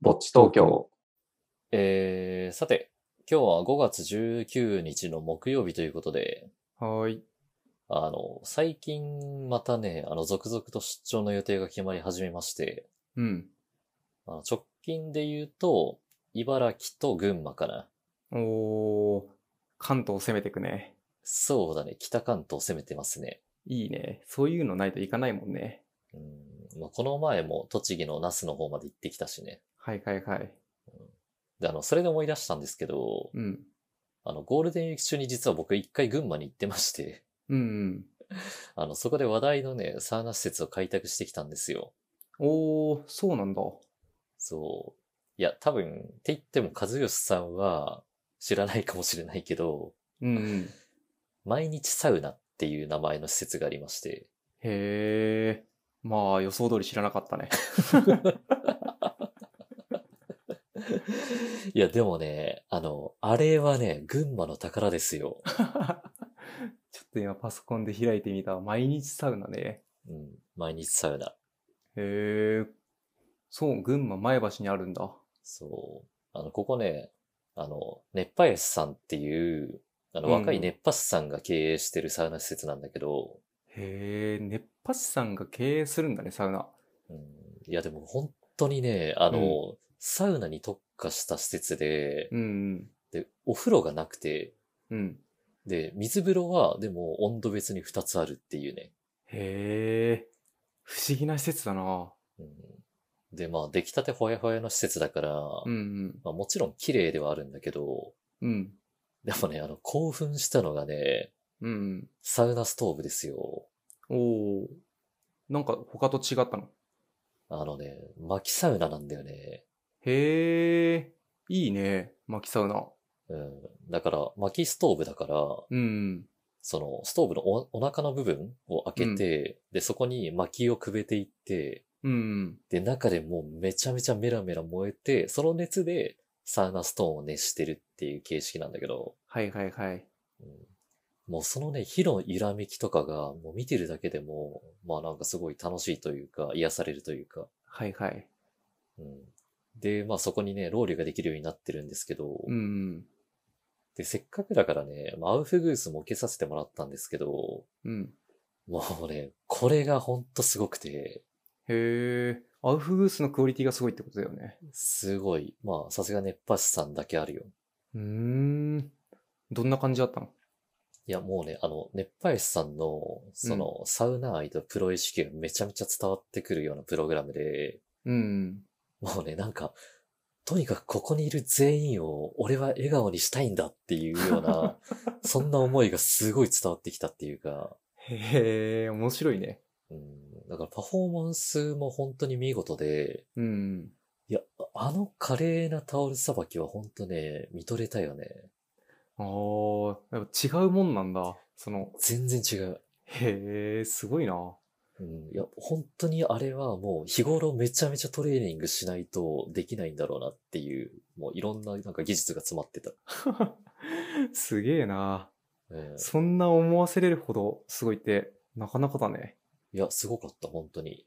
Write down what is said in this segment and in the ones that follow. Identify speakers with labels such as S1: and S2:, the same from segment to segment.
S1: ぼっち東京。
S2: えー、さて、今日は5月19日の木曜日ということで、
S3: はーい。
S2: あの、最近またね、あの、続々と出張の予定が決まり始めまして、
S3: うん。
S2: あの直近で言うと、茨城と群馬かな。
S3: おー、関東攻めてくね。
S2: そうだね、北関東攻めてますね。
S3: いいね。そういうのないといかないもんね。
S2: うんまあ、この前も栃木の那須の方まで行ってきたしね。
S3: はいはいはい。
S2: で、あの、それで思い出したんですけど、
S3: うん。
S2: あの、ゴールデンウィーク中に実は僕一回群馬に行ってまして、
S3: うん、うん。
S2: あの、そこで話題のね、サウナ施設を開拓してきたんですよ。
S3: おー、そうなんだ。
S2: そう。いや、多分、って言っても和義さんは知らないかもしれないけど、
S3: うん、うん。
S2: 毎日サウナっていう名前の施設があり まして、
S3: へー。まあ予想通り知らなかったね。
S2: いや、でもね、あの、あれはね、群馬の宝ですよ。
S3: ちょっと今パソコンで開いてみた毎日サウナね。
S2: うん、毎日サウナ。
S3: へー。そう、群馬前橋にあるんだ。
S2: そう。あの、ここね、あの、熱波師さんっていう、あの、
S3: うん
S2: 若い熱波師さんが経営してるサウナ施設なんだけど、
S3: へー、熱波師さんが経営するんだね、サウナ。
S2: うん、いや、でも本当にね、あの、サウナに特化した施設で、
S3: うん、
S2: で、お風呂がなくて、
S3: うん。うん。
S2: で、水風呂は、でも温度別に2つあるっていうね。
S3: へえ、不思議な施設だな。
S2: うん、で、まあ、出来たてほやほやの施設だから、
S3: うん
S2: まあ、もちろん綺麗ではあるんだけど、
S3: うん。うん。
S2: でもね、あの、興奮したのがね、
S3: うん
S2: サウナストーブですよ。
S3: うん。おお。なんか他と違ったの
S2: あのね、薪サウナなんだよね。
S3: へえ、いいね。薪サウナ。
S2: うん。だから、薪ストーブだから、
S3: うん。
S2: その、ストーブのおお腹の部分を開けて、で、そこに薪をくべていって、
S3: うん。
S2: で、中でもうめちゃめちゃメラメラ燃えて、その熱でサウナストーンを熱してるっていう形式なんだけど、
S3: はいはいはい。
S2: うんもうそのね、火の揺らめきとかが、もう見てるだけでも、まあなんかすごい楽しいというか、癒されるというか、
S3: はいはい。
S2: うんで、まあそこにね、ロウリュができるようになってるんですけど、
S3: うん。
S2: で、せっかくだからね、まあアウフグースも受けさせてもらったんですけど、
S3: うん。
S2: もうね、これがほんとすごくて、
S3: へえ、アウフグースのクオリティがすごいってことだよね。
S2: すごい、まあさすが熱波師さんだけあるよ。
S3: うーん。どんな感じだったの
S2: いや、もうね、あの、熱波師さんの、その、サウナ愛とプロ意識がめちゃめちゃ伝わってくるようなプログラムで、
S3: うん。
S2: もうね、なんか、とにかくここにいる全員を俺は笑顔にしたいんだっていうような、そんな思いがすごい伝わってきたっていうか、
S3: へえ、面白いね。
S2: うん、だからパフォーマンスも本当に見事で、
S3: うん。
S2: いや、あの華麗なタオルさばきは本当ね、見とれたよね。
S3: ああ、やっぱ違うもんなんだ。その、
S2: 全然違う。
S3: へえ、すごいな。
S2: うん、いや、本当にあれはもう日頃めちゃめちゃトレーニングしないとできないんだろうなっていう、もういろんななんか技術が詰まってた。
S3: すげえな。
S2: うん、
S3: そんな思わせれるほどすごいって、なかなかだね。
S2: いや、すごかった、本当に。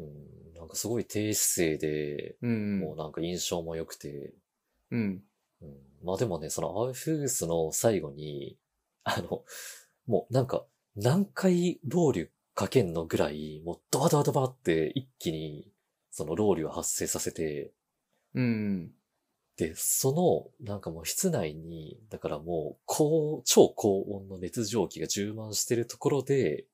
S2: うん、なんかすごい低姿勢で、
S3: うん
S2: もうなんか印象も良くて。
S3: うん。うん。
S2: うん、まあでもね、そのアウフグースの最後に、 あの、もうなんか何回ロウリュかけんのぐらい、もうドバドバドバって一気にそのロウリュを発生させて、
S3: うん。
S2: で、その、なんかもう室内に、だからもう、高、超高温の熱蒸気が充満してるところで、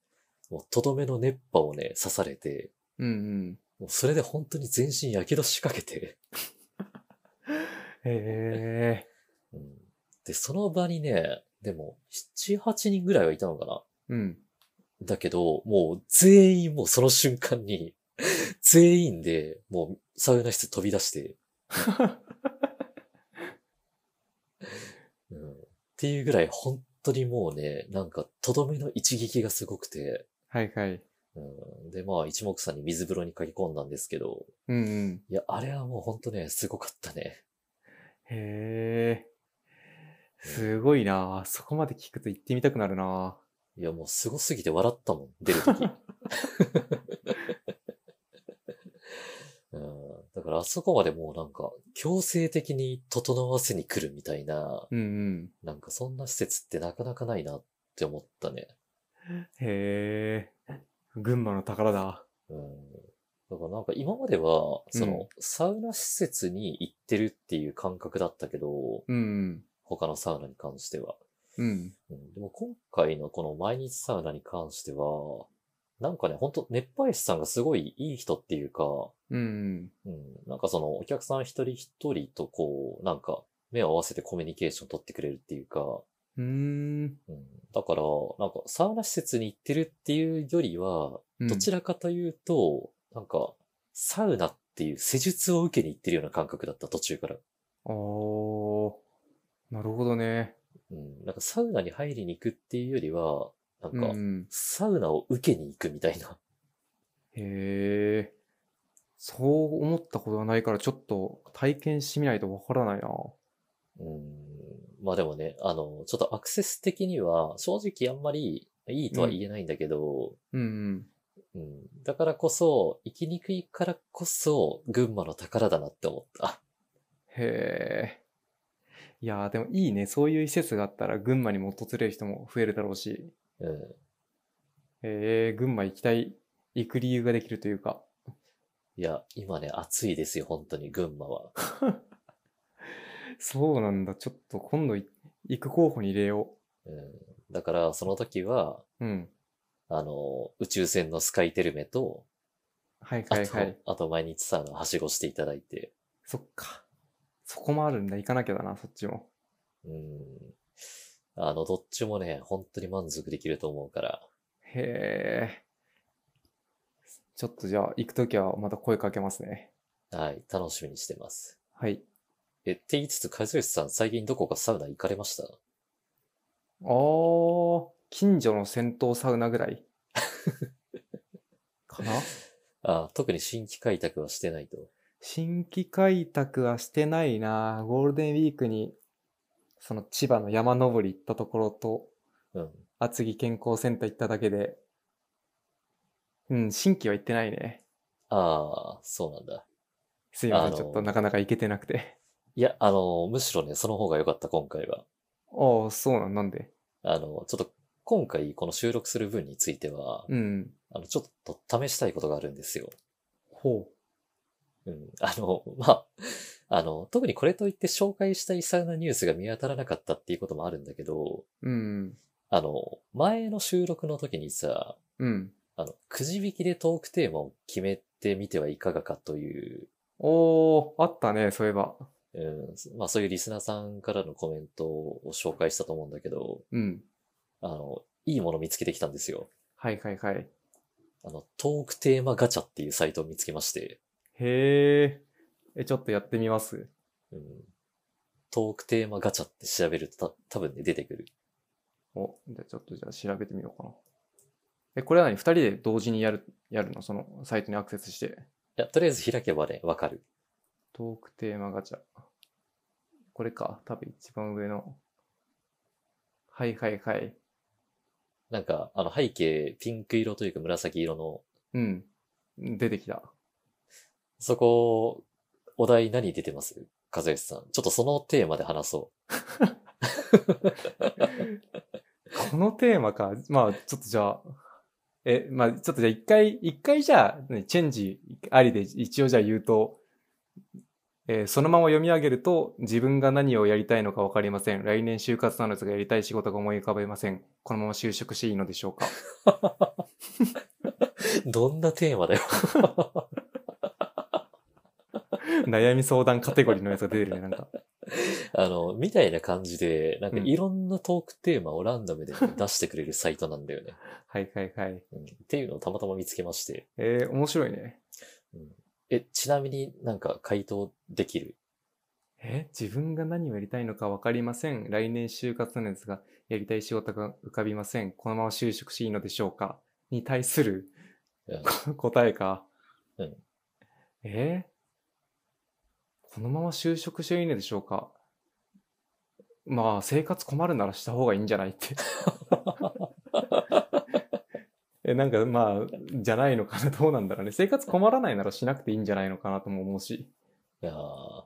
S2: もう、とどめの熱波をね、刺されて、
S3: うんうん。
S2: もうそれで本当に全身火傷しかけて、
S3: へえ。
S2: うんで、その場にね、でも、7、8人ぐらいはいたのかな
S3: うん。
S2: だけど、もう、全員もうその瞬間に、 全員で、もう、サウナ室飛び出して、うんっていうぐらい、本当にもうね、なんか、とどめの一撃がすごくて、
S3: はいはい。
S2: うんで、まあ、一目散に水風呂に駆け込んだんですけど、
S3: うんうん。
S2: いや、あれはもうほんとね、すごかったね。
S3: へえ。すごいな。そこまで聞くと行ってみたくなるな。
S2: いや、もうすごすぎて笑っ た もん、出るとき。うん、だからからあそこまでもうなんか強制的に整わせに来るみたいな、
S3: うんうん。
S2: なんかそんな施設ってなかなかないなって思ったね。
S3: へえ。群馬の宝だ。
S2: うん。だからなんか今までは、その、
S3: うん
S2: サウナ施設に行ってるっていう感覚だったけど、
S3: うん
S2: 他のサウナに関しては。
S3: うん。うん。
S2: うん、でも今回のこの毎日サウナに関しては、なんかね、ほんと熱波師さんがすごいいい人っていうか、
S3: うん
S2: うん、なんかそのお客さん一人一人とこう、なんか目を合わせてコミュニケーション取ってくれるっていうか、
S3: うん。うーん。
S2: うん、だから、なんかサウナ施設に行ってるっていうよりは、
S3: うん
S2: どちらかというと、なんか、サウナっていう施術を受けに行ってるような感覚だった、途中から。
S3: おー。なるほどね。
S2: うん、なんかサウナに入りに行くっていうよりは、なん
S3: う
S2: か、
S3: ん。
S2: サウナを受けに行くみたいな。
S3: へえ。そう思ったことがないから、ちょっと体験してみないとわからないな。
S2: うん、まあでもね、あの、ちょっとアクセス的には、正直あんまりいいとは言えないんだけど、
S3: うんうん。
S2: うん、だからこそ、行きにくいからこそ、群馬の宝だなって思った。
S3: へえ。いやーでもいいね。そういう施設があったら、群馬にも訪れる人も増えるだろうし。
S2: うん
S3: えー、群馬行きたい、行く理由ができるというか。
S2: いや、今ね、暑いですよ、本当に、群馬は。
S3: そうなんだ。ちょっと今度い行く候補に入れよ
S2: うん、だから、その時は、
S3: う。うん。
S2: あの、宇宙船のスカイテルメと、
S3: はい
S2: あ
S3: はい
S2: と、
S3: はい。
S2: あと毎日サウナはしごしていただいて、
S3: そっか。そこもあるんだ。行かなきゃだな、そっちも。
S2: うん、あの、どっちもね、本当に満足できると思うから、
S3: へえ。ちょっとじゃあ、行くときはまた声かけますね。
S2: はい、楽しみにしてます。
S3: はい。
S2: え、って言いつつ、かずよしさん、最近どこかサウナ行かれました
S3: あー、近所の銭湯サウナぐらいかな
S2: あ特に新規開拓はしてないと。
S3: 新規開拓はしてないなゴールデンウィークに、その千葉の山登り行ったところと、
S2: うん。
S3: 厚木健康センター行っただけで、うん、新規は行ってないね。
S2: ああ、そうなんだ。
S3: すいませ
S2: あ
S3: ん、
S2: の
S3: ちょっとなかなか行けてなくて。
S2: いや、あの、むしろね、その方が良かった、今回は。
S3: ああ、そうなんなんで。
S2: あの、ちょっと今回この収録する分については、
S3: うん。
S2: あの、ちょっと試したいことがあるんですよ。
S3: ほ
S2: うん。あの、まあ、あの、特にこれといって紹介したいサウナニュースが見当たらなかったっていうこともあるんだけど、
S3: う。うん。
S2: あの、前の収録の時にさ、
S3: うん。
S2: あの、くじ引きでトークテーマを決めてみてはいかがかという、
S3: おー、あったね、そういえば。
S2: うん、まあそういうリスナーさんからのコメントを紹介したと思うんだけど、
S3: うん。
S2: あの、いいもの見つけてきたんですよ。
S3: はいはいはい。
S2: あの、トークテーマガチャっていうサイトを見つけまして、
S3: へー。え、ちょっとやってみます。
S2: うん、トークテーマガチャって調べるとた多分ね、出てくる。
S3: お、じゃあちょっとじゃあ調べてみようかな。え、これは何二人で同時にやる、やるのそのサイトにアクセスして。
S2: いや、とりあえず開けばね、わかる。
S3: トークテーマガチャ。これか。多分一番上の。はいはいはい。
S2: なんか、あの、背景、ピンク色というか紫色の、
S3: うん。出てきた。
S2: そこ、お題何出てます和義さん。ちょっとそのテーマで話そ
S3: このテーマか。まあ、ちょっとじゃあ。え、まあ、ちょっとじゃあ一回、一回じゃあ、ねチェンジありで一応じゃあ言うと、えーそのまま読み上げると、自分が何をやりたいのかわかりません。来年就活なのですが、やりたい仕事が思い浮かべません。このまま就職していいのでしょうか。
S2: う。 どんなテーマだよ。
S3: 悩み相談カテゴリーのやつが出てるね、なんか。
S2: あの、みたいな感じで、なんか
S3: うん
S2: いろんなトークテーマをランダムで出してくれるサイトなんだよね。
S3: はいはいはい。
S2: うん、っていうのをたまたま見つけまして。
S3: えー、面白いね。
S2: え、ちなみになんか回答できる
S3: え自分が何をやりたいのか分かりません。来年就活なんですが、やりたい仕事が浮かびません。このまま就職していいのでしょうかに対する
S2: うん
S3: 答えか。
S2: うん
S3: えこのまま就職していいのでしょうかまあ、 生活困るならした方がいいんじゃないって。ええ、なんかまあ、じゃないのかな、どうなんだろうね。生活困らないならしなくていいんじゃないのかなとも思うし。
S2: いやー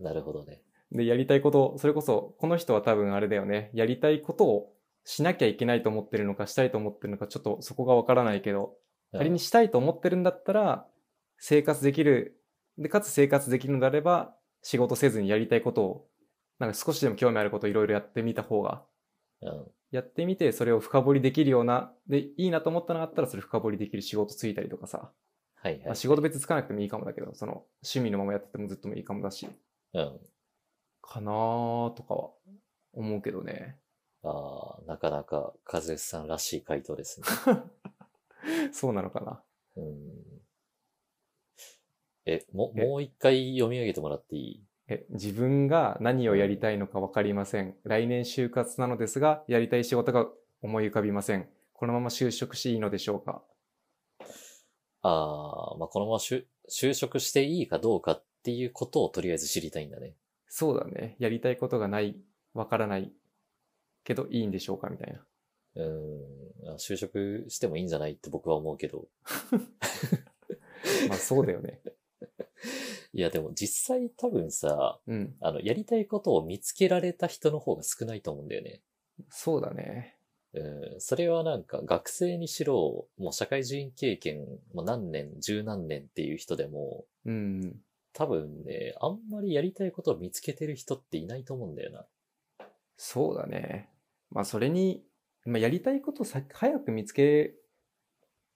S2: なるほどね。
S3: で、やりたいこと、それこそ、この人は多分あれだよね。やりたいことをしなきゃいけないと思ってるのか、したいと思ってるのか、ちょっとそこがわからないけど、
S2: うん
S3: 仮にしたいと思ってるんだったら、生活できる、で、かつ生活できるのであれば、仕事せずにやりたいことを、なんか少しでも興味あることをいろいろやってみた方が、
S2: うん。
S3: やってみて、それを深掘りできるような、で、いいなと思ったのがあったら、それ深掘りできる仕事ついたりとかさ、
S2: はいは
S3: まあ
S2: い。
S3: 仕事別につかなくてもいいかもだけど、その、趣味のままやっててもずっともいいかもだし、
S2: うん。
S3: かなーとかは思うけどね。
S2: ああ、なかなか、和義さんらしい回答で すね。
S3: そうなのかな。
S2: うん。え、も、
S3: え
S2: もう一回読み上げてもらっていい
S3: え、自分が何をやりたいのか分かりません。来年就活なのですが、やりたい仕事が思い浮かびません。このまま就職していいのでしょうか
S2: ああ、まあ、このまま就就職していいかどうかっていうことをとりあえず知りたいんだね。
S3: そうだね。やりたいことがない、分からない、けどいいんでしょうかみたいな。
S2: うーん、あ就職してもいいんじゃないって僕は思うけど。
S3: まあそうだよね。
S2: いや、でも実際多分さ、
S3: うん。
S2: あの、やりたいことを見つけられた人の方が少ないと思うんだよね。
S3: そうだね。
S2: うん、それはなんか学生にしろ、もう社会人経験、もう何年、十何年っていう人でも、
S3: うん。
S2: 多分ね、あんまりやりたいことを見つけてる人っていないと思うんだよな。
S3: そうだね。まあそれに、まあ、やりたいことをさ早く見つけ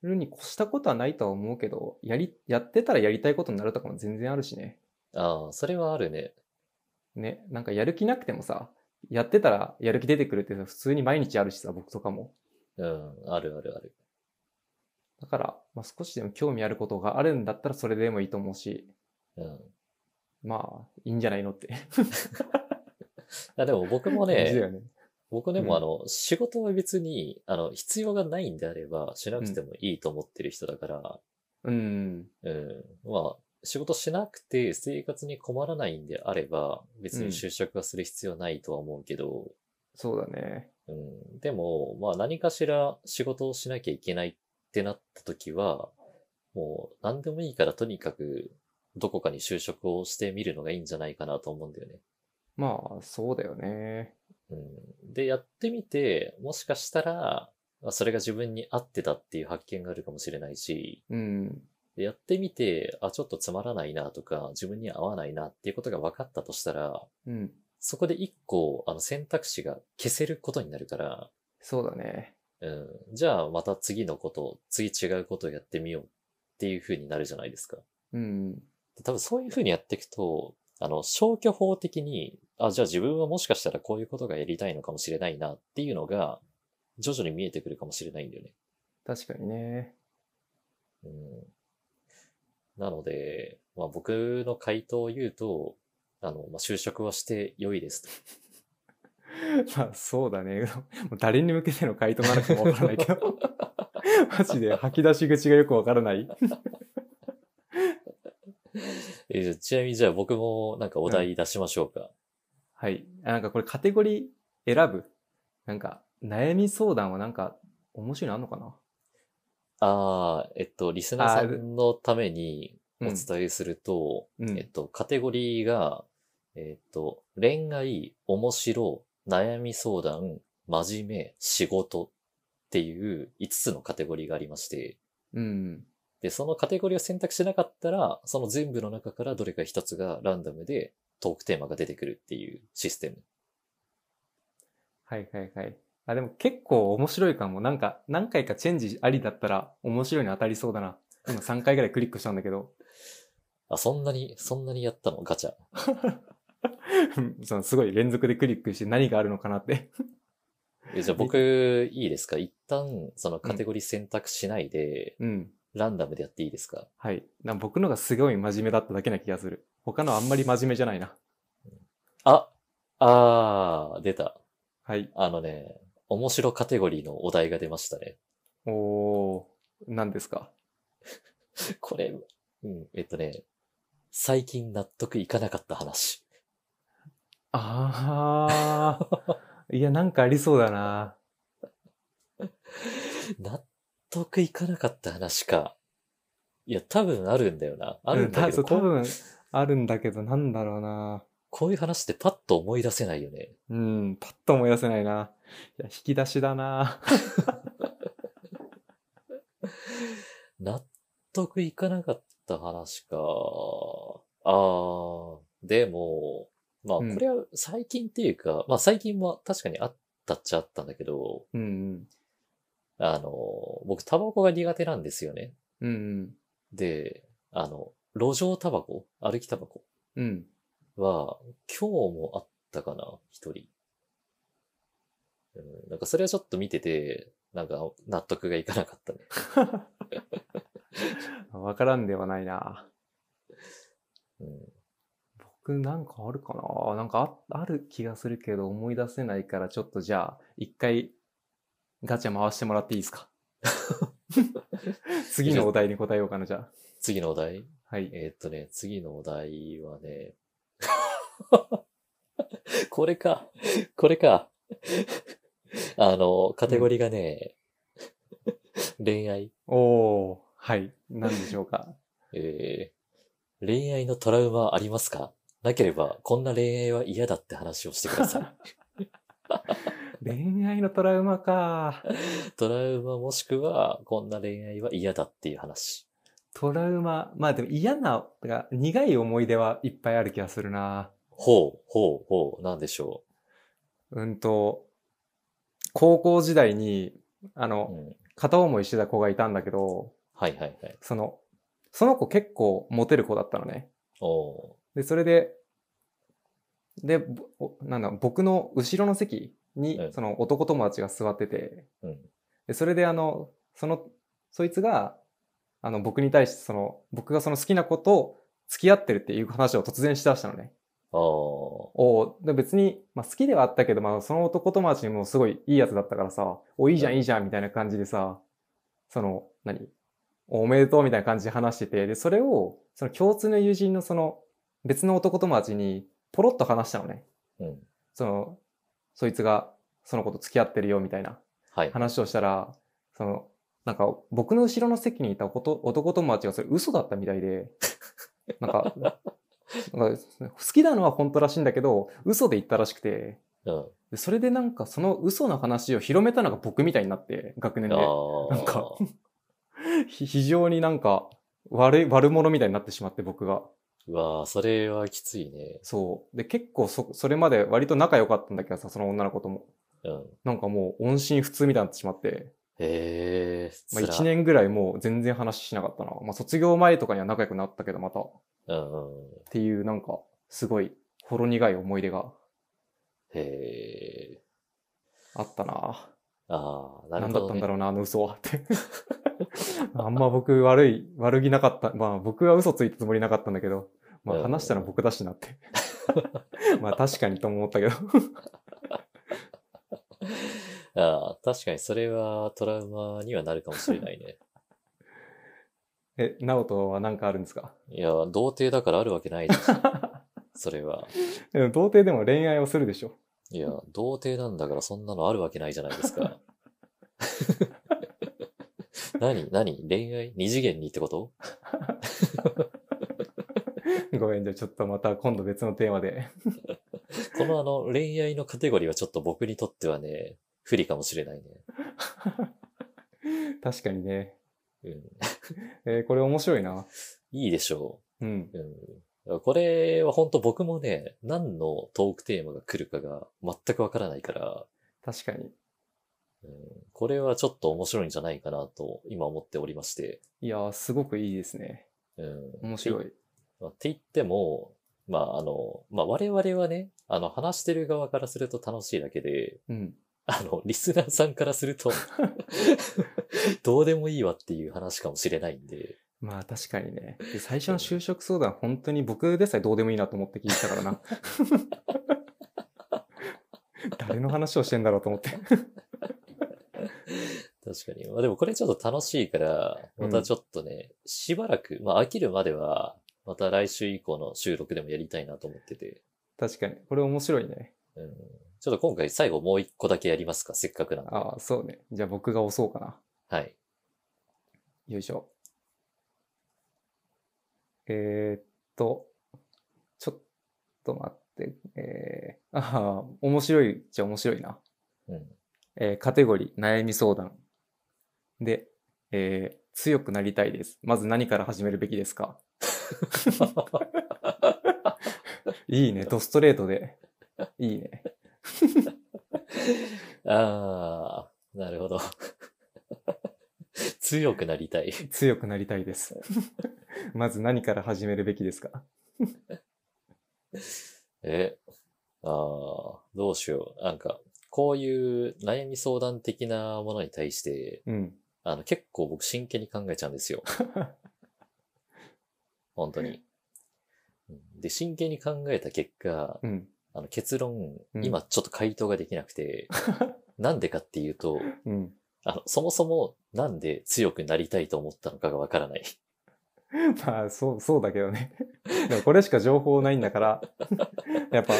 S3: るに越したことはないとは思うけど、やり、やってたらやりたいことになるとかも全然あるしね。
S2: ああ、それはあるね。
S3: ね、なんかやる気なくてもさ、やってたらやる気出てくるってさ、普通に毎日あるしさ、僕とかも。
S2: うん、あるあるある。
S3: だから、まあ、少しでも興味あることがあるんだったらそれでもいいと思うし、
S2: うん。
S3: まあ、いいんじゃないのって。
S2: あでも僕 も
S3: 感じだ
S2: ね、
S3: よね。
S2: 僕で
S3: うん
S2: もあの、仕事は別に、あの、必要がないんであれば、しなくてもいいと思ってる人だから、
S3: うん。
S2: うん、まあ、仕事しなくて生活に困らないんであれば、別
S3: うん
S2: に就職はする必要ないとは思うけど、
S3: そうだね。
S2: うん、でも、まあ何かしら仕事をしなきゃいけないってなった時は、もう何でもいいからとにかく、どこかに就職をしてみるのがいいんじゃないかなと思うんだよね。
S3: まあ、そうだよね。
S2: うんで、やってみて、もしかしたら、まあそれが自分に合ってたっていう発見があるかもしれないし、
S3: うん。
S2: でやってみて、あ、ちょっとつまらないなとか、自分に合わないなっていうことが分かったとしたら、
S3: うん。
S2: そこで一個、あの選択肢が消せることになるから、
S3: そうだね。
S2: うん、じゃあまた次のこと、次違うことをやってみようっていう風になるじゃないですか。
S3: うん。
S2: 多分そういう風にやっていくと、あの、消去法的に、あ、じゃあ自分はもしかしたらこういうことがやりたいのかもしれないなっていうのが、徐々に見えてくるかもしれないんだよね。
S3: 確かにね。
S2: うん、なので、まあ僕の回答を言うと、あの、まあ、就職はして良いですと。
S3: まあ、そうだね。 もう誰に向けての回答なのかもわからないけど。 マジで吐き出し口がよくわからない。
S2: えーちなみにじゃあ僕もなんかお題出しましょうか。
S3: はい。あなんかこれカテゴリー選ぶ。なんか、悩み相談はなんか、面白いのあんのかな
S2: ああ、えっと、リスナーさんのためにお伝えすると、
S3: うんうん
S2: えっと、カテゴリーが、えっと、恋愛、面白、悩み相談、真面目、仕事っていう5つのカテゴリーがありまして、
S3: うん。
S2: で、そのカテゴリーを選択しなかったら、その全部の中からどれか1つがランダムでトークテーマが出てくるっていうシステム。
S3: はいはいはい。あ、でも結構面白いかも。なんか、何回かチェンジありだったら面白いの当たりそうだな。今3回ぐらいクリックしたんだけど、
S2: あ、そんなに、そんなにやったのガチャ。
S3: そのすごい連続でクリックして何があるのかなって。
S2: えじゃあ僕、いいですか一旦、そのカテゴリー選択しないで、
S3: うん。
S2: ランダムでやっていいですか
S3: はい。なんか僕のがすごい真面目だっただけな気がする。他のあんまり真面目じゃないな。
S2: あ、あー、出た。
S3: はい。
S2: あのね、面白カテゴリーのお題が出ましたね。
S3: おー、何ですか
S2: これ、うん、えっとね、最近納得いかなかった話。
S3: あー。いや、なんかありそうだな。
S2: 納得いかなかった話か。いや、多分あるんだよな。あるんだけど、
S3: そう
S2: こ
S3: 多
S2: う
S3: 分あるんだけど、なんだろうな。
S2: こういう話ってパッと思い出せないよね。
S3: うん、パッと思い出せないな。いや、引き出しだな。
S2: 納得いかなかった話か。あー、でも、まあ、こ
S3: うん
S2: れは最近っていうか、まあ最近は確かにあったっちゃあったんだけど、
S3: うんうん、
S2: あの、僕タバコが苦手なんですよね。
S3: うんうん、
S2: で、あの、路上タバコ歩きタバコ
S3: うん。
S2: は、今日もあったかな一人。うん、なんかそれはちょっと見てて、なんか納得がいかなかったね。
S3: わからんではないな。
S2: うん、
S3: 僕なんかあるかななんかあある気がするけど思い出せないからちょっとじゃあ一回ガチャ回してもらっていいですか次のお題に答えようかなじゃあ。
S2: 次のお題
S3: はい。
S2: えーっとね、次のお題はね、 これか、これか。あの、カテゴリーがね、恋愛、
S3: おー、はい。何でしょう か。
S2: えー恋愛のトラウマありますかなければ、こんな恋愛は嫌だって話をしてくださ い。
S3: 恋愛のトラウマか。
S2: トラウマもしくは、こんな恋愛は嫌だっていう話。
S3: トラウマ。まあでも嫌な、てか苦い思い出はいっぱいある気がするな。
S2: ほう、ほう、ほう、なんでしょ
S3: うんと、高校時代に、あ
S2: う。う
S3: の、
S2: ん、
S3: 片思いしてた子がいたんだけど、
S2: はいはいはい。
S3: その、その子結構モテる子だったのね。
S2: お
S3: で、それで、で、ぼおなんだ、僕の後ろの席に
S2: うん、
S3: その男友達が座ってて、
S2: ーうん、
S3: で、それであの、その、そいつが、あの、僕に対してその、僕がその好きな子と付き合ってるっていう話を突然しだしたのね。
S2: お
S3: おで別に、まあ、好きではあったけど、まあ、その男友達にもすごいいいやつだったからさ、お、いいじゃ
S2: うん
S3: ん、いいじゃん、みたいな感じでさ、その、何おおめでとうみたいな感じで話してて、で、それを、その共通の友人のその、別の男友達に、ポロッと話したのね。
S2: ーうん、
S3: その、そいつが、その子と付き合ってるよ、みたいな
S2: はい。
S3: 話をしたら、その、なんか、僕の後ろの席にいたこと男友達がそれ嘘だったみたいで、なんか、なんか好きなのは本当らしいんだけど、嘘で言ったらしくて、
S2: うん。
S3: でそれでなんかその嘘の話を広めたのが僕みたいになって、学年で。
S2: ああ。
S3: なんかひ非常になんか、悪い、悪者みたいになってしまって僕が。
S2: うわあ、それはきついね。
S3: そう。で、結構そ、それまで割と仲良かったんだけどさ、その女の子とも。
S2: うん。
S3: なんかもう音信不通みたいになってしまって、
S2: へえ。
S3: まあ、
S2: 辛い
S3: 1。年ぐらいもう全然話しなかったな。まあ、卒業前とかには仲良くなったけど、また。っ
S2: うんうん。
S3: ていう、なんか、すごい、ほろ苦い思い出が
S2: へえ。
S3: あったな。
S2: ああ、な
S3: 何
S2: る
S3: だ
S2: ほ
S3: っ
S2: ど、
S3: た
S2: ね。
S3: んだろうな、あの嘘はって。 あんま僕悪い、悪気なかった。まあ僕は嘘ついたつもりなかったんだけど、ま
S2: うん
S3: あ話したの僕だしなって。 まあ確かにとも思ったけど。
S2: ああ、確かにそれはトラウマにはなるかもしれないね。
S3: え、ナオトは何かあるんですか
S2: いや、童貞だからあるわけないです。それは。
S3: でも童貞でも恋愛をするでしょ。
S2: いや、童貞なんだからそんなのあるわけないじゃないですか。 何何恋愛二次元にってこと
S3: ごめん、じゃあちょっとまた今度別のテーマで。
S2: このあの、恋愛のカテゴリーはちょっと僕にとってはね、不利かもしれないね。
S3: 確かにね。
S2: うん。
S3: えーこれ面白いな。
S2: いいでしょう。
S3: うん。
S2: うんこれは本当僕もね、何のトークテーマが来るかが全くわからないから、
S3: 確かに。
S2: うんこれはちょっと面白いんじゃないかなと今思っておりまして。
S3: いやー、すごくいいですね。
S2: うん
S3: 面白
S2: って
S3: い。
S2: まあって言っても、まああの、まあ我々はね、あの話してる側からすると楽しいだけで、
S3: うん。
S2: あの、リスナーさんからすると、どうでもいいわっていう話かもしれないんで、
S3: まあ確かにね。で最初の就職相談、本当に僕でさえどうでもいいなと思って聞いてたからな。誰の話をしてんだろうと思って。
S2: 確かに。まあでもこれちょっと楽しいから、またちょっとね、しばらく、まあ飽きるまでは、また来週以降の収録でもやりたいなと思ってて。
S3: 確かに。これ面白いね。
S2: うん、ちょっと今回最後もう一個だけやりますか、せっかくなんで。
S3: ああ、そうね。じゃあ僕が押そうかな。
S2: はい。
S3: よいしょ。えーっと、ちょっと待って、えー、ああ、面白いじゃ面白いな。
S2: うん。
S3: えーカテゴリー、悩み相談。で、えー強くなりたいです。まず何から始めるべきですかいいね、ドストレートで。いいね。
S2: ああ、なるほど。 強くなりたい。
S3: 強くなりたいです。まず何から始めるべきですか
S2: え、ああ、どうしよう。なんか、こういう悩み相談的なものに対して、
S3: うん。
S2: あの、結構僕真剣に考えちゃうんで すよ。本当に。うんで、真剣に考えた結果、
S3: うん。
S2: あの結論、
S3: うん
S2: 今ちょっと回答ができなく て、なんでかっていうと、
S3: うん。
S2: あの、そもそもなんで強くなりたいと思ったのかがわからない。
S3: まあ、そう、そうだけどね。でもこれしか情報ないんだから、やっぱ、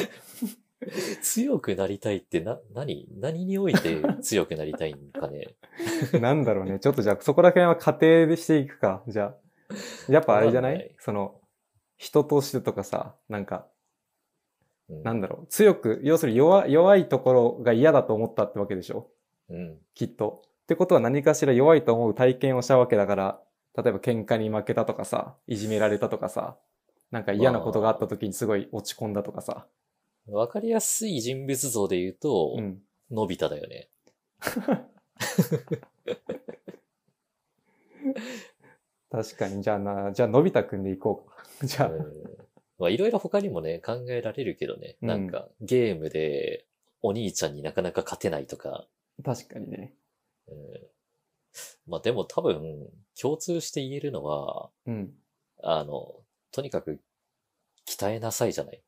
S2: 強くなりたいってな、何何において強くなりたいんか ね。
S3: なんだろうね。ちょっとじゃあ、そこら辺は仮定でしていくか。じゃあ、やっぱあれじゃない
S2: わかんない
S3: その、人としてとかさ、なんか、
S2: うん
S3: なんだろう。強く、要するに弱弱いところが嫌だと思ったってわけでしょ
S2: うん。
S3: きっと。ってことは何かしら弱いと思う体験をしたわけだから、例えば喧嘩に負けたとかさ、いじめられたとかさ、なんか嫌なことがあった時にすごい落ち込んだとかさ。
S2: わかりやすい人物像で言うと、
S3: うん。
S2: のび太だよね。
S3: 確かに、じゃあな、じゃあ、のび太くんでいこうか。じ
S2: う
S3: ゃあ、
S2: ん。まあ、いろいろ他にもね、考えられるけどね。
S3: うん
S2: なんか、ゲームで、お兄ちゃんになかなか勝てないとか。
S3: 確かにね。
S2: うん。まあ、でも多分、共通して言えるのは、
S3: うん。
S2: あの、とにかく、鍛えなさいじゃない。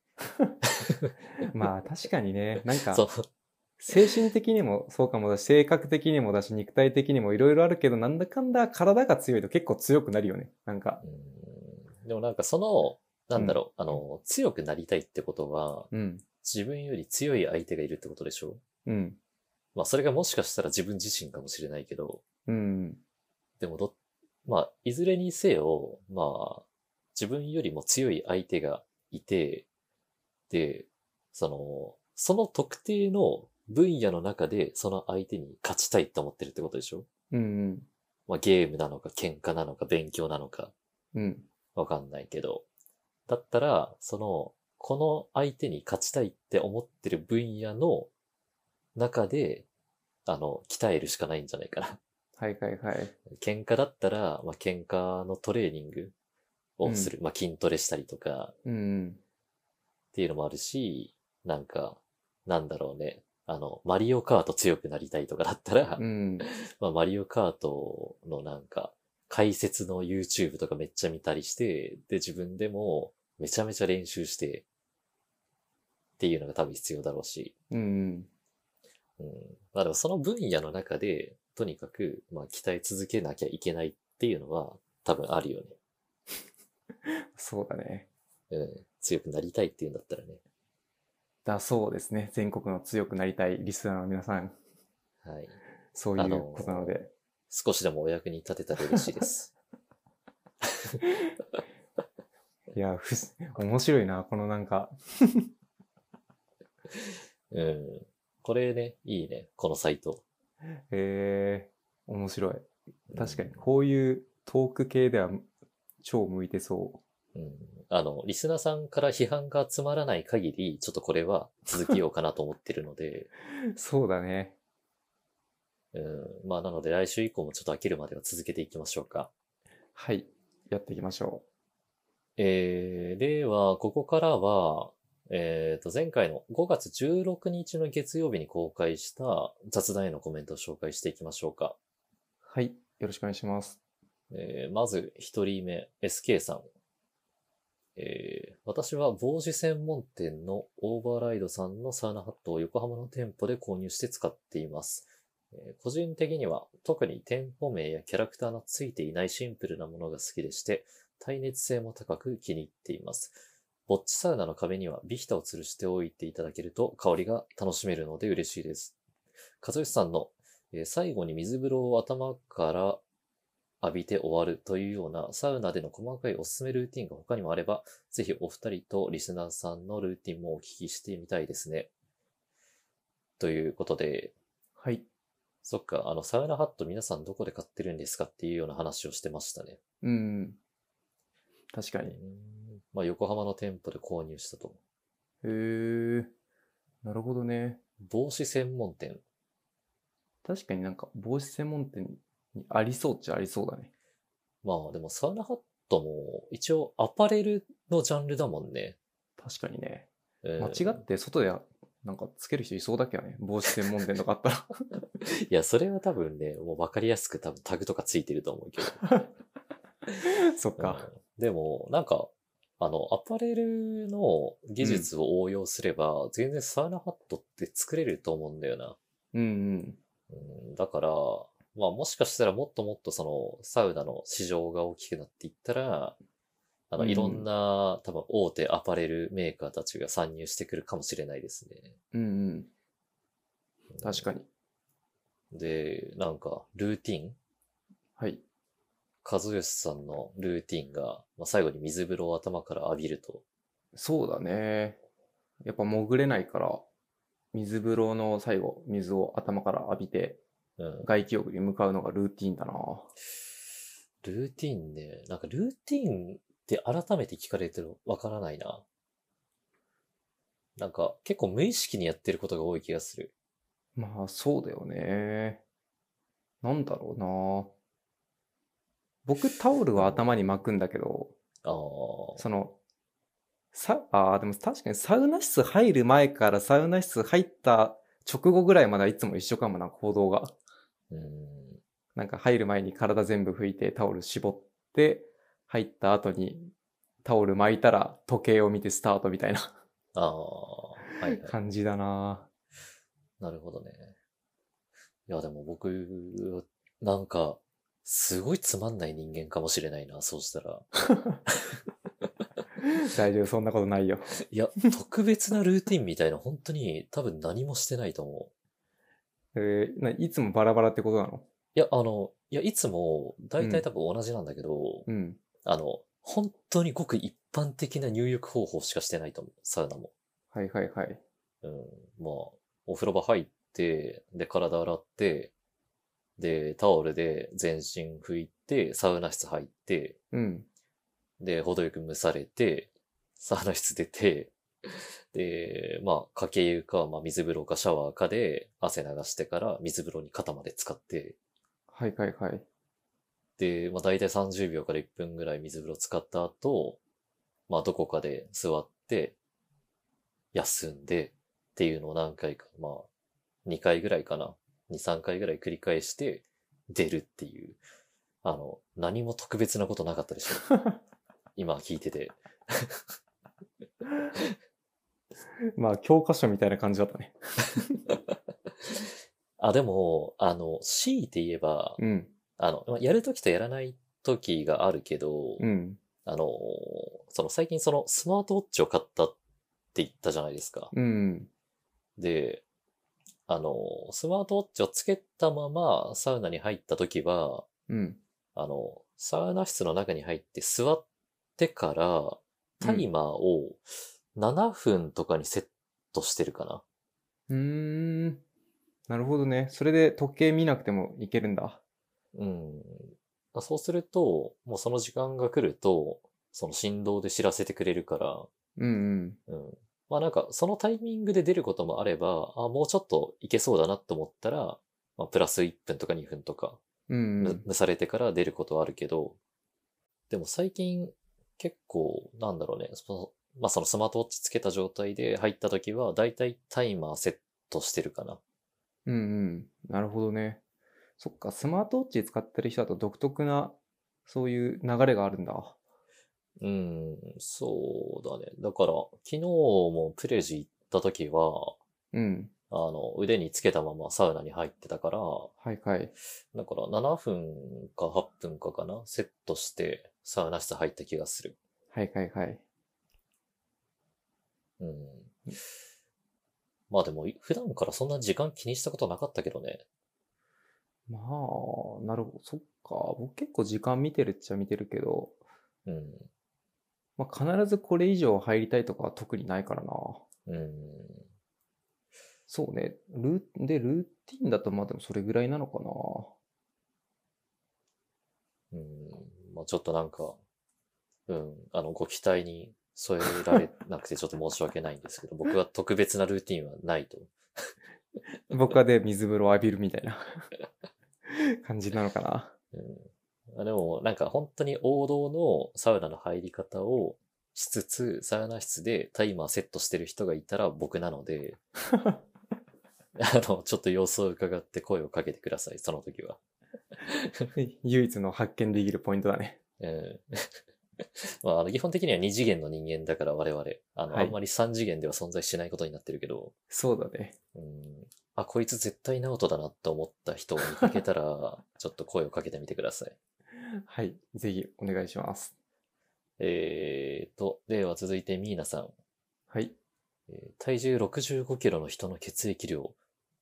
S3: まあ、確かにね。なんか、
S2: そう。
S3: 精神的にもそうかもだし、性格的にもだし、肉体的にもいろいろあるけど、なんだかんだ体が強いと結構強くなるよね。なんか、
S2: うんでもなんかその、なんだろう、あの、強くなりたいってことは、
S3: うん、
S2: 自分より強い相手がいるってことでしょ
S3: うん、
S2: まあそれがもしかしたら自分自身かもしれないけど、
S3: うん、
S2: でもど、まあいずれにせよ、まあ自分よりも強い相手がいて、で、その、その特定の分野の中でその相手に勝ちたいって思ってるってことでしょ
S3: うん、
S2: まあゲームなのか喧嘩なのか勉強なのか。
S3: うん、
S2: わかんないけど。だったら、その、この相手に勝ちたいって思ってる分野の中で、あの、鍛えるしかないんじゃないかな。
S3: はいはいはい。
S2: 喧嘩だったら、まあ、喧嘩のトレーニングをする。まあ、筋トレしたりとかっ
S3: うん、うん、
S2: ていうのもあるし、なんか、なんだろうね。あの、マリオカート強くなりたいとかだったら、
S3: うん、
S2: まあ、マリオカートのなんか、解説の YouTube とかめっちゃ見たりして、で、自分でもめちゃめちゃ練習して、っていうのが多分必要だろうし、
S3: うん、
S2: うん。まあでもその分野の中で、とにかく、まあ、鍛え続けなきゃいけないっていうのは多分あるよね。
S3: そうだね。
S2: うん。強くなりたいっていうんだったらね。
S3: だそうですね。全国の強くなりたいリスナーの皆さん、
S2: はい。
S3: そうい
S2: あ
S3: う
S2: の
S3: ことなので。
S2: 少しでもお役に立てたら嬉しい です。
S3: いや、ふす面白いな、このなんか、
S2: うん。これね、いいね。このサイト。
S3: えー、面白い。確かに、
S2: うん
S3: こういうトーク系では超向いてそう。
S2: うんあの、リスナーさんから批判が集まらない限り、ちょっとこれは続けようかなと思ってるので、
S3: そうだね。
S2: うん、まあなので来週以降もちょっと飽きるまでは続けていきましょうか。
S3: はい。やっていきましょ
S2: えー、では、ここからは、えー、と、前回の5月16日の月曜日に公開した雑談へのコメントを紹介していきましょうか。
S3: う。はい。よろしくお願いします。
S2: えーまず一人目、SK さん。えー私は帽子専門店のオーバーライドさんのサウナハットを横浜の店舗で購入して使っています。えー個人的には特に店舗名やキャラクターのついていないシンプルなものが好きでして、耐熱性も高く気に入っています。ぼっちサウナの壁にはビヒタを吊るしておいていただけると香りが楽しめるので嬉しいです。和義さんの、えー最後に水風呂を頭から浴びて終わるというようなサウナでの細かいおすすめルーティンが他にもあれば、ぜひお二人とリスナーさんのルーティンもお聞きしてみたいですね。ということで、
S3: はい。
S2: そっか、あの、サウナハット皆さんどこで買ってるんですかっていうような話をしてましたね。
S3: うん。確か
S2: う
S3: に。へ
S2: んまあ、横浜の店舗で購入したと。
S3: えー。なるほどね。
S2: 帽子専門店。
S3: 確かになんか帽子専門店にありそうっちゃありそうだね。
S2: まあ、でもサウナハットも一応アパレルのジャンルだもんね。
S3: 確かにね。
S2: うん
S3: 間違って外でなんかつける人いそうだけどね。帽子専門店とかあったら。
S2: いや、それは多分ね、もう分かりやすく多分タグとかついてると思うけど。
S3: そっ
S2: うん
S3: か。
S2: でも、なんか、あの、アパレルの技術を応用すれば、全然サウナハットって作れると思うんだよな。
S3: うんうん。
S2: うん、だから、まあもしかしたらもっともっとその、サウナの市場が大きくなっていったら、あの、
S3: うん
S2: いろんな、多分大手アパレルメーカーたちが参入してくるかもしれないですね。
S3: うんうん。
S2: うん
S3: 確かに。
S2: で、なんか、ルーティン
S3: はい。
S2: 和義さんのルーティンが、まあ、最後に水風呂を頭から浴びると。
S3: そうだね。やっぱ潜れないから、水風呂の最後、水を頭から浴びて、
S2: うん。
S3: 外気浴に向かうのがルーティンだな。
S2: ルーティンね。なんかルーティンって改めて聞かれてるわからないな。なんか結構無意識にやってることが多い気がする。
S3: まあ、そうだよね。なんだろうな。僕、タオルは頭に巻くんだけど、
S2: ああ。
S3: その、さ、ああ、でも確かにサウナ室入る前からサウナ室入った直後ぐらいまではいつも一緒かもな、行動が。
S2: うん。
S3: なんか入る前に体全部拭いてタオル絞って、入った後にタオル巻いたら時計を見てスタートみたいな
S2: ああ。はい、はい。
S3: 感じだな
S2: なるほどね。いや、でも僕、なんか、すごいつまんない人間かもしれないな、そうしたら。
S3: 大丈夫、そんなことないよ。
S2: いや、特別なルーティンみたいな、本当に多分何もしてないと思う。
S3: えーないつもバラバラってことなの
S2: いや、あの、いや、いつも、大体多分同じなんだけど、
S3: うん。
S2: あの、本当にごく一般的な入浴方法しかしてないと思う、サウナも。
S3: はいはいはい。
S2: うん。まあ、お風呂場入って、で、体洗って、で、タオルで全身拭いて、サウナ室入って、
S3: うん。
S2: で、程よく蒸されて、サウナ室出て、で、まあ、かけ湯か、まあ、水風呂かシャワーかで、汗流してから水風呂に肩まで使って、
S3: はいはいはい。
S2: で、まあ、大体30秒から1分ぐらい水風呂使った後、まあ、どこかで座って、休んでっていうのを何回か、まあ、2回ぐらいかな。2、3回ぐらい繰り返して、出るっていう。あの、何も特別なことなかったでしょ。 今聞いてて。
S3: まあ、教科書みたいな感じだったね。
S2: あ、でも、あの、強いて言えば、
S3: うん。
S2: あの、まあやるときとやらないときがあるけど、
S3: うん。
S2: あの、その最近そのスマートウォッチを買ったって言ったじゃないですか。
S3: うん。
S2: で、あの、スマートウォッチをつけたままサウナに入ったときは、
S3: うん。
S2: あの、サウナ室の中に入って座ってから、タイマーを7分とかにセットしてるかな。
S3: うーん。なるほどね。それで時計見なくてもいけるんだ。
S2: うん。そうすると、もうその時間が来ると、その振動で知らせてくれるから、
S3: うんうん。
S2: うん。まあなんか、そのタイミングで出ることもあれば、あ、もうちょっといけそうだなと思ったら、まあ、プラス1分とか2分とか、
S3: うん、う
S2: む
S3: ん。
S2: 蒸されてから出ることはあるけど、でも最近結構、なんだろうね、そのまあそのスマートウォッチつけた状態で入った時は、だいたいタイマーセットしてるかな。
S3: うんうん。なるほどね。そっか、スマートウォッチ使ってる人だと独特な、そういう流れがあるんだ。
S2: うん、そうだね。だから、昨日もプレジ行った時は、
S3: うん。
S2: あの、腕につけたままサウナに入ってたから、
S3: はいはい。
S2: だから7分か8分かかな、セットしてサウナ室入った気がする。
S3: はいはいはい。
S2: うん。まあでも、普段からそんな時間気にしたことなかったけどね。
S3: まあ、なるほど。そっか。僕結構時間見てるっちゃ見てるけど、
S2: うん。
S3: まあ、必ずこれ以上入りたいとかは特にないからな。
S2: うん。
S3: そうね。ルー、で、ルーティンだとまあでもそれぐらいなのかな。
S2: うん、まあちょっとなんか、うん、あの、ご期待に添えられなくてちょっと申し訳ないんですけど、僕は特別なルーティンはないと。
S3: 僕はで水風呂を浴びるみたいな感じなのかな。
S2: うん、でも、なんか本当に王道のサウナの入り方をしつつ、サウナ室でタイマーセットしてる人がいたら僕なので、あの、ちょっと様子を伺って声をかけてください、その時は。
S3: 唯一の発見できるポイントだね。
S2: うん。 まあ、あの、基本的には二次元の人間だから我々、あの、
S3: はい
S2: あんまり三次元では存在しないことになってるけど、
S3: そうだね。
S2: うんあ、こいつ絶対ナオトだなって思った人を見かけたら、 ちょっと声をかけてみてください。
S3: はい。ぜひお願いします。
S2: えーと、では続いてミーナさん。
S3: はい。
S2: えー体重65キロの人の血液量、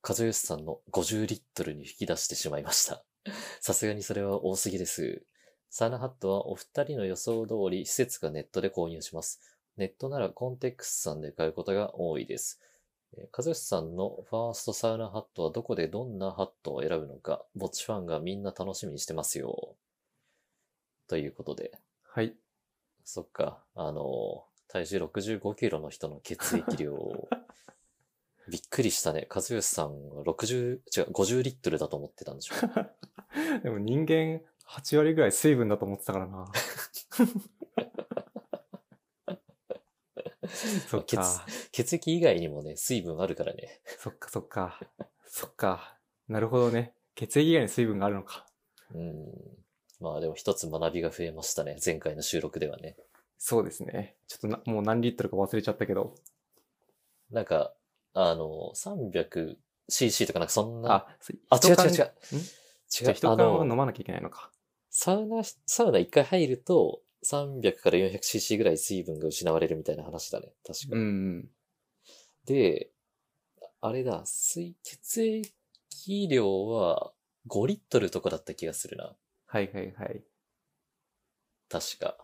S2: 和義さんの50リットルに引き出してしまいました。 さすがにそれは多すぎです。サウナハットはお二人の予想通り施設がネットで購入します。ネットならコンテックスさんで買うことが多いです。えー和義さんのファーストサウナハットはどこでどんなハットを選ぶのか、ぼっちファンがみんな楽しみにしてますよ。ということで。
S3: はい。
S2: そっか、あの、体重65キロの人の血液量、 びっくりしたね。和義さんは60、違う、50リットルだと思ってたんでしょ。
S3: でも人間8割ぐらい水分だと思ってたからな。そっ
S2: ケツ
S3: か。
S2: 血液以外にもね、水分あるからね。
S3: そっかそっか。そっか。なるほどね。血液以外に水分があるのか。
S2: うん。まあでも一つ学びが増えましたね。前回の収録ではね。
S3: そうですね。ちょっとな、もう何リットルか忘れちゃったけど。
S2: なんか、あの、300cc とかなんかそんな。
S3: あ、そ
S2: あ、違う
S3: 一缶
S2: 違う違う。
S3: じゃあ
S2: 違う。
S3: 一
S2: あ
S3: 缶は飲
S2: の、
S3: まなきゃいけないのか。
S2: サウナ、サウナ一回入ると、300から 400cc ぐらい水分が失われるみたいな話だね。確か。
S3: うんうん。
S2: で、あれだ、水、血液量は5リットルとかだった気がするな。
S3: はいはいはい。
S2: 確か。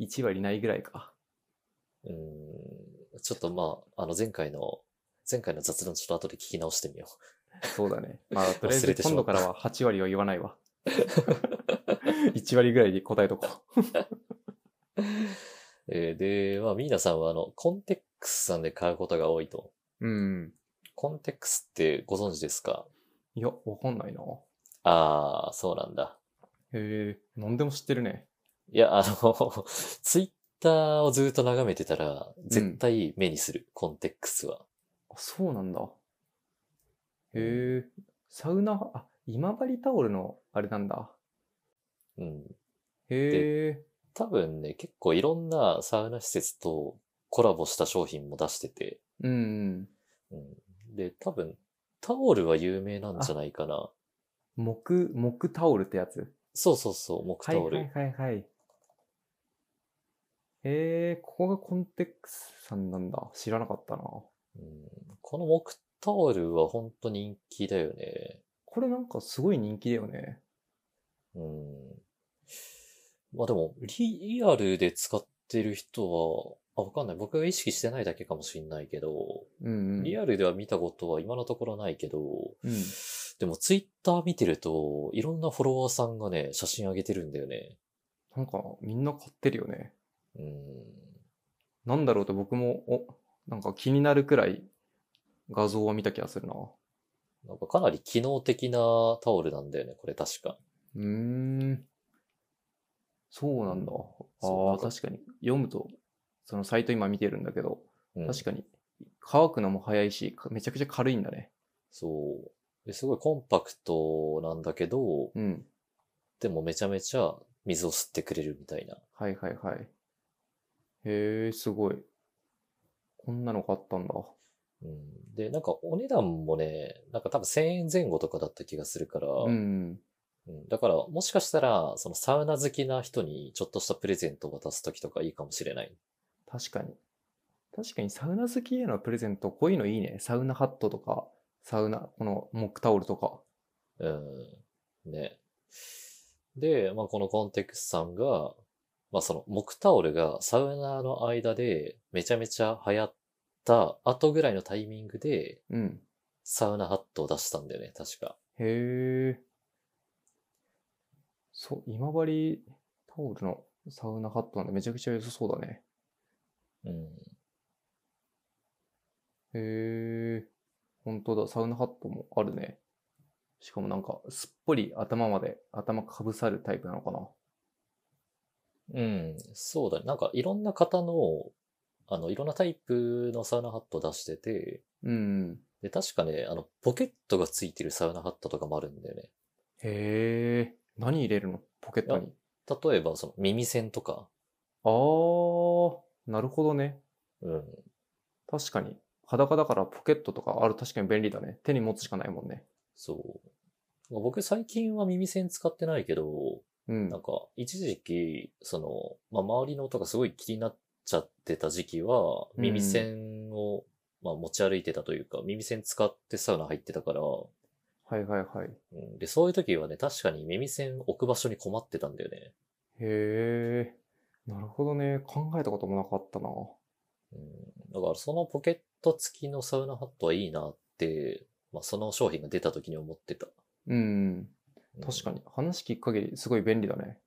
S3: 1割ないぐらいか。
S2: うーん。ちょっとまあ、あの前回の、前回の雑談ちょっと後で聞き直してみよ
S3: そうだ ね。まあ、とりあえ
S2: 忘
S3: ず
S2: れてし
S3: 今
S2: ま
S3: 度
S2: った
S3: からは8割は言わないわ。1割ぐらいで答えとこう。
S2: う。 えーで、まあ、ミーナさんはあの、コンテックスさんで買うことが多いと。
S3: うん。
S2: コンテックスってご存知ですか
S3: いや、わかんないな。
S2: ああ、そうなんだ。
S3: へえ、何でも知ってるね。
S2: いや、あの、 ツイッターをずっと眺めてたら、絶対目にする、コンテックスは。
S3: あ、そうなんだ。へえ、サウナ、あ、今治タオルのあれなんだ。
S2: うん。
S3: へえ、
S2: 多分ね、結構いろんなサウナ施設とコラボした商品も出してて、
S3: うんうん。
S2: うん、で、多分、タオルは有名なんじゃないかな。
S3: 木、木タオルってやつ。
S2: そうそうそう、木タオル。
S3: はいはいはいはい。へえ、ここがコンテックスさんなんだ。知らなかったな。
S2: うん、この木タオルは本当人気だよね。
S3: これなんかすごい人気だよね。
S2: うん、まあでも、リリアルで使ってる人は、あ、わかんない。僕が意識してないだけかもしんないけど、
S3: うんうん。
S2: リアルでは見たことは今のところないけど、
S3: うん。
S2: でもツイッター見てると、いろんなフォロワーさんがね、写真上げてるんだよね。
S3: なんかみんな買ってるよね。
S2: うん。
S3: なんだろうと僕も、お、なんか気になるくらい画像は見た気がするな。う
S2: なんかかなり機能的なタオルなんだよね、これ確か。
S3: ーん。そうなんだ。
S2: そう
S3: あ
S2: な
S3: あ、
S2: んか
S3: 確かに。読むと、そのサイト今見てるんだけど、
S2: うん、
S3: 確
S2: か
S3: かに乾くのも早いし、かめちゃくちゃ軽いんだね。
S2: そう。ですごいコンパクトなんだけど、
S3: うん。
S2: でもめちゃめちゃ水を吸ってくれるみたいな。
S3: はいはいはい。へえ、すごい。こんなのがあったんだ。
S2: うん、で、なんかお値段もね、なんか多分1000円前後とかだった気がするから、
S3: うん。
S2: うんだからもしかしたら、そのサウナ好きな人にちょっとしたプレゼントを渡すときとかいいかもしれない。
S3: 確かに。確かにサウナ好きへのプレゼント、こういうのいいね。サウナハットとか、サウナ、このモックタオルとか。
S2: うん。ね。で、まあ、このコンテクスさんが、まあ、その、木タオルがサウナーの間でめちゃめちゃ流行った後ぐらいのタイミングで、
S3: うん。
S2: サウナハットを出したんだよね、確か。
S3: へえ。そう、今治タオルのサウナハットなんでめちゃくちゃ良さそうだね。
S2: うん。
S3: へえ。本当だ、サウナハットもあるね。しかもなんか、すっぽり頭まで、頭かぶさるタイプなのかな。
S2: うん、そうだね。なんか、いろんな方の、あの、いろんなタイプのサウナハットを出してて、
S3: うん。
S2: で、確かね、あの、ポケットがついてるサウナハットとかもあるんだよね。
S3: へえ。何入れるのポケットに。
S2: 例えば、その、耳栓とか、
S3: あー、なるほどね。
S2: うん、
S3: 確かに。裸だからポケットとかある確かに便利だね。手に持つしかないもんね。
S2: そう。まあ僕最近は耳栓使ってないけど、
S3: うん
S2: なん。か一時期、その、まあ周りの音がすごい気になっちゃってた時期は、
S3: うん
S2: 耳栓を、まあ持ち歩いてたというか、耳栓使ってサウナ入ってたから、う
S3: はいはいはい。
S2: んで、そういう時はね、確かに耳栓置く場所に困ってたんだよね。
S3: へえ。なるほどね。考えたこともなかったな。
S2: うん、だからそのポケット付きのサウナハットはいいなって、まあその商品が出た時に思ってた。
S3: うん。
S2: うん
S3: 確かに。話聞く限りすごい便利だね。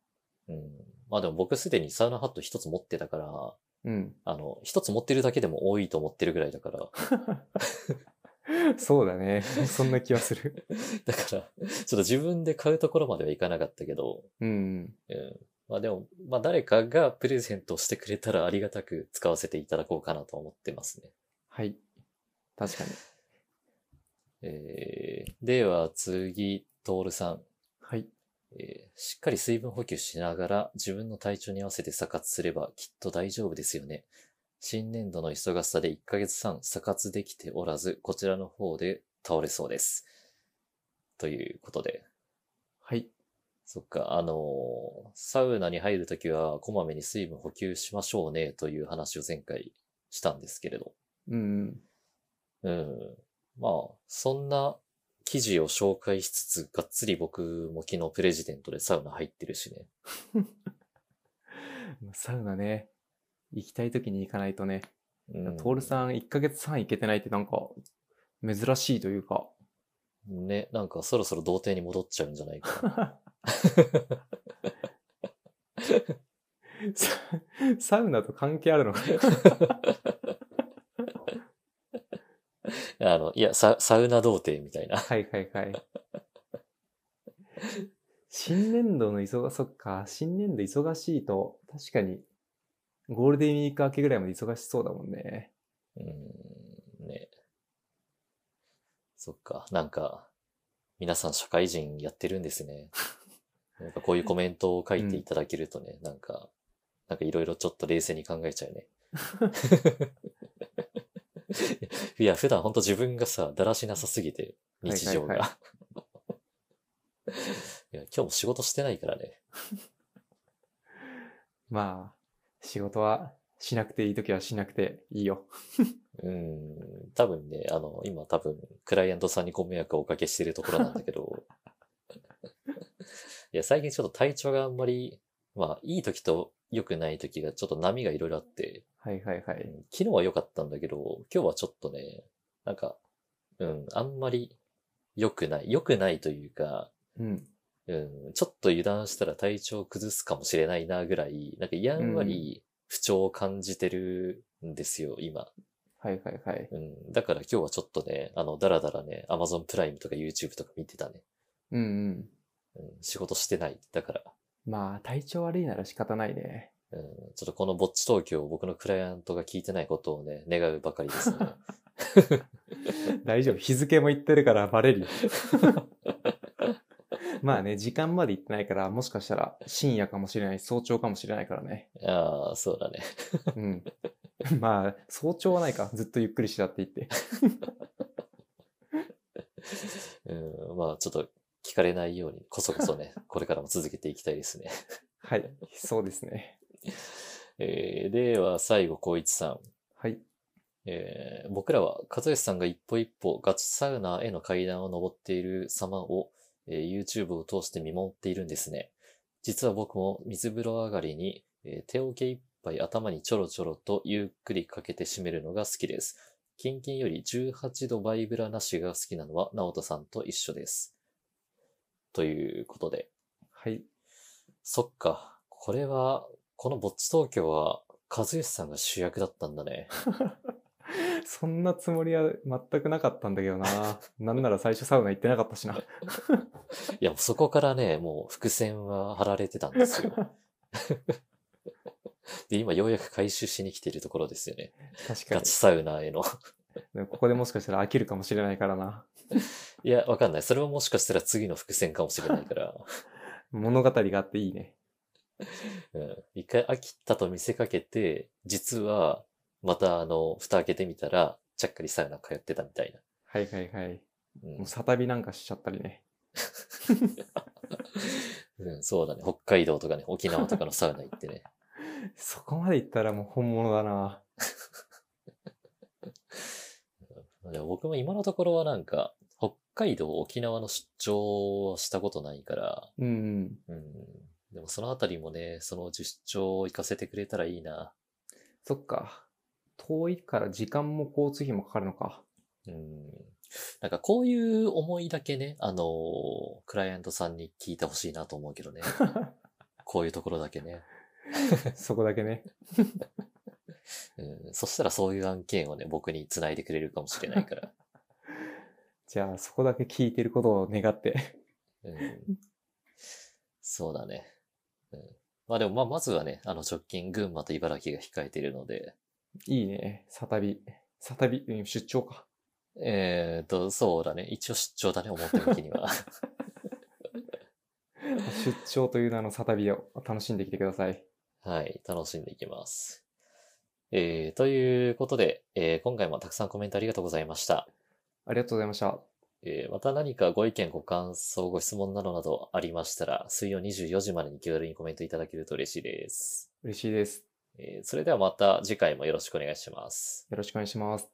S2: うん。まあでも僕すでにサウナハット一つ持ってたから、
S3: うん。
S2: あの、一つ持ってるだけでも多いと思ってるぐらいだから、
S3: そうだね。そんな気はする。
S2: だから、ちょっと自分で買うところまではいかなかったけど、
S3: うん。
S2: うん。まあでも、まあ誰かがプレゼントしてくれたらありがたく使わせていただこうかなと思ってますね。
S3: はい。確かに。
S2: えー、では次、トールさん。
S3: はい。
S2: えーしっかり水分補給しながら自分の体調に合わせてサ活すればきっと大丈夫ですよね。新年度の忙しさで1ヶ月半サ活できておらず、こちらの方で倒れそうです。ということで。
S3: はい。
S2: そっか、あのーサウナに入るときはこまめに水分補給しましょうねという話を前回したんですけれど。
S3: うん。
S2: うん。まあ、そんな記事を紹介しつつ、がっつり僕も昨日プレジデントでサウナ入ってるしね。
S3: サウナね。行きたい時に行かないとね。
S2: うん、
S3: トールさん1ヶ月半行けてないってなんか、珍しいというか。
S2: ね、なんかそろそろ童貞に戻っちゃうんじゃないかな。
S3: ササウナと関係あるのか
S2: あの、いや、ササウナ童貞みたいな。
S3: はいはいはい。新年度の忙、そっか、新年度忙しいと、確かに、ゴールデンウィーク明けぐらいまで忙しそうだもんね。
S2: うん、ね。そっか、なんか、皆さん社会人やってるんで すね。なんかこういうコメントを書いていただけるとね、なんか、なんかいろいろちょっと冷静に考えちゃうね。 いや、普段ほんと自分がさ、だらしなさすぎて、日常
S3: は
S2: が。
S3: いいは
S2: や、今日も仕事してないからね。
S3: まあ、仕事はしなくていいときはしなくていいよ。
S2: うん、多分ね、あの、今多分、クライアントさんにご迷惑をおかけしているところなんだけど、いや、最近ちょっと体調があんまり、まあ、いい時と良くない時がちょっと波がいろいろあって、
S3: はいはいは
S2: うん
S3: い。
S2: 昨日は良かったんだけど、今日はちょっとね、なんか、うん、あんまり良くない、良くないというか、
S3: うん。
S2: うん、ちょっと油断したら体調崩すかもしれないなぐらい、なんかやんわり不調を感じてるんですよ、今。
S3: はいはいはい。
S2: うん、だから今日はちょっとね、あの、だらだらね、Amazon プライムとか YouTube とか見てたね。
S3: うんうん。
S2: うん、仕事してない。だから、
S3: まあ、体調悪いなら仕方ないね。
S2: うん、ちょっとこのぼっち東京を僕のクライアントが聞いてないことをね、願うばかりですね。
S3: 大丈夫。日付も言ってるからバレるよ。まあね、時間まで言ってないから、もしかしたら深夜かもしれない、早朝かもしれないからね。
S2: ああ、そうだね。
S3: うん。まあ、早朝はないか。ずっとゆっくりしてたって言って。
S2: うん、まあちょっと聞かれないように、こそこそね、これからも続けていきたいですね。
S3: はい。そうですね。
S2: えー、では最後、光一さん。
S3: はい。
S2: えー僕らは、和義さんが一歩一歩ガチサウナーへの階段を登っている様を、えー YouTube を通して見守っているんですね。実は僕も水風呂上がりに、えー手桶一杯頭にちょろちょろとゆっくりかけて締めるのが好きです。キンキンより18度バイブラなしが好きなのは直人さんと一緒です。ということで。
S3: はい。
S2: そっか。これは、このぼっち東京は、和義さんが主役だったんだね。
S3: そんなつもりは全くなかったんだけどな。なんなら最初サウナ行ってなかったしな。
S2: いや、そこからね、もう伏線は張られてたんで すよ。で、今ようやく回収しに来ているところですよね。
S3: 確か
S2: ガ
S3: に
S2: チ。サウナへの。
S3: でもここでもしかしたら飽きるかもしれないからな。
S2: いや、わかんない。それはもしかしたら次の伏線かもしれないから。
S3: 物語があっていいね。
S2: うん。一回飽きたと見せかけて、実は、またあの、蓋開けてみたら、ちゃっかりサウナ通ってたみたいな。
S3: はいはいはい。
S2: うん
S3: もうサタビなんかしちゃったりね。
S2: うん、そうだね。北海道とかね、沖縄とかのサウナ行ってね。
S3: そこまで行ったらもう本物だな。
S2: でも僕も今のところはなんか、北海道、沖縄の出張はしたことないから、
S3: うんうん。
S2: うん。でもそのあたりもね、そのうち出張行かせてくれたらいいな。
S3: そっか。遠いから時間も交通費もかかるのか。
S2: うん。なんかこういう思いだけね、あのークライアントさんに聞いてほしいなと思うけどね。こういうところだけね。
S3: そこだけね。
S2: うん。そしたらそういう案件をね、僕に繋いでくれるかもしれないから。
S3: じゃあそこだけ聞いてることを願って。
S2: うんそうだね。うん、まあでも、まあ、まずはね、あの、直近、群馬と茨城が控えているので、
S3: いいね。サタビ。サタビ、うん出張か。
S2: えーと、そうだね。一応出張だね、表向きには。
S3: 出張という名のサタビを楽しんできてください。
S2: はい、楽しんでいきます。えー、ということで、えー今回もたくさんコメントありがとうございました。
S3: ありがとうございました。
S2: えーまた何かご意見、ご感想、ご質問などなどありましたら、水曜24時までに気軽にコメントいただけると嬉しいです。
S3: 嬉しいです。
S2: えーそれではまた次回もよろしくお願いします。
S3: よろしくお願いします。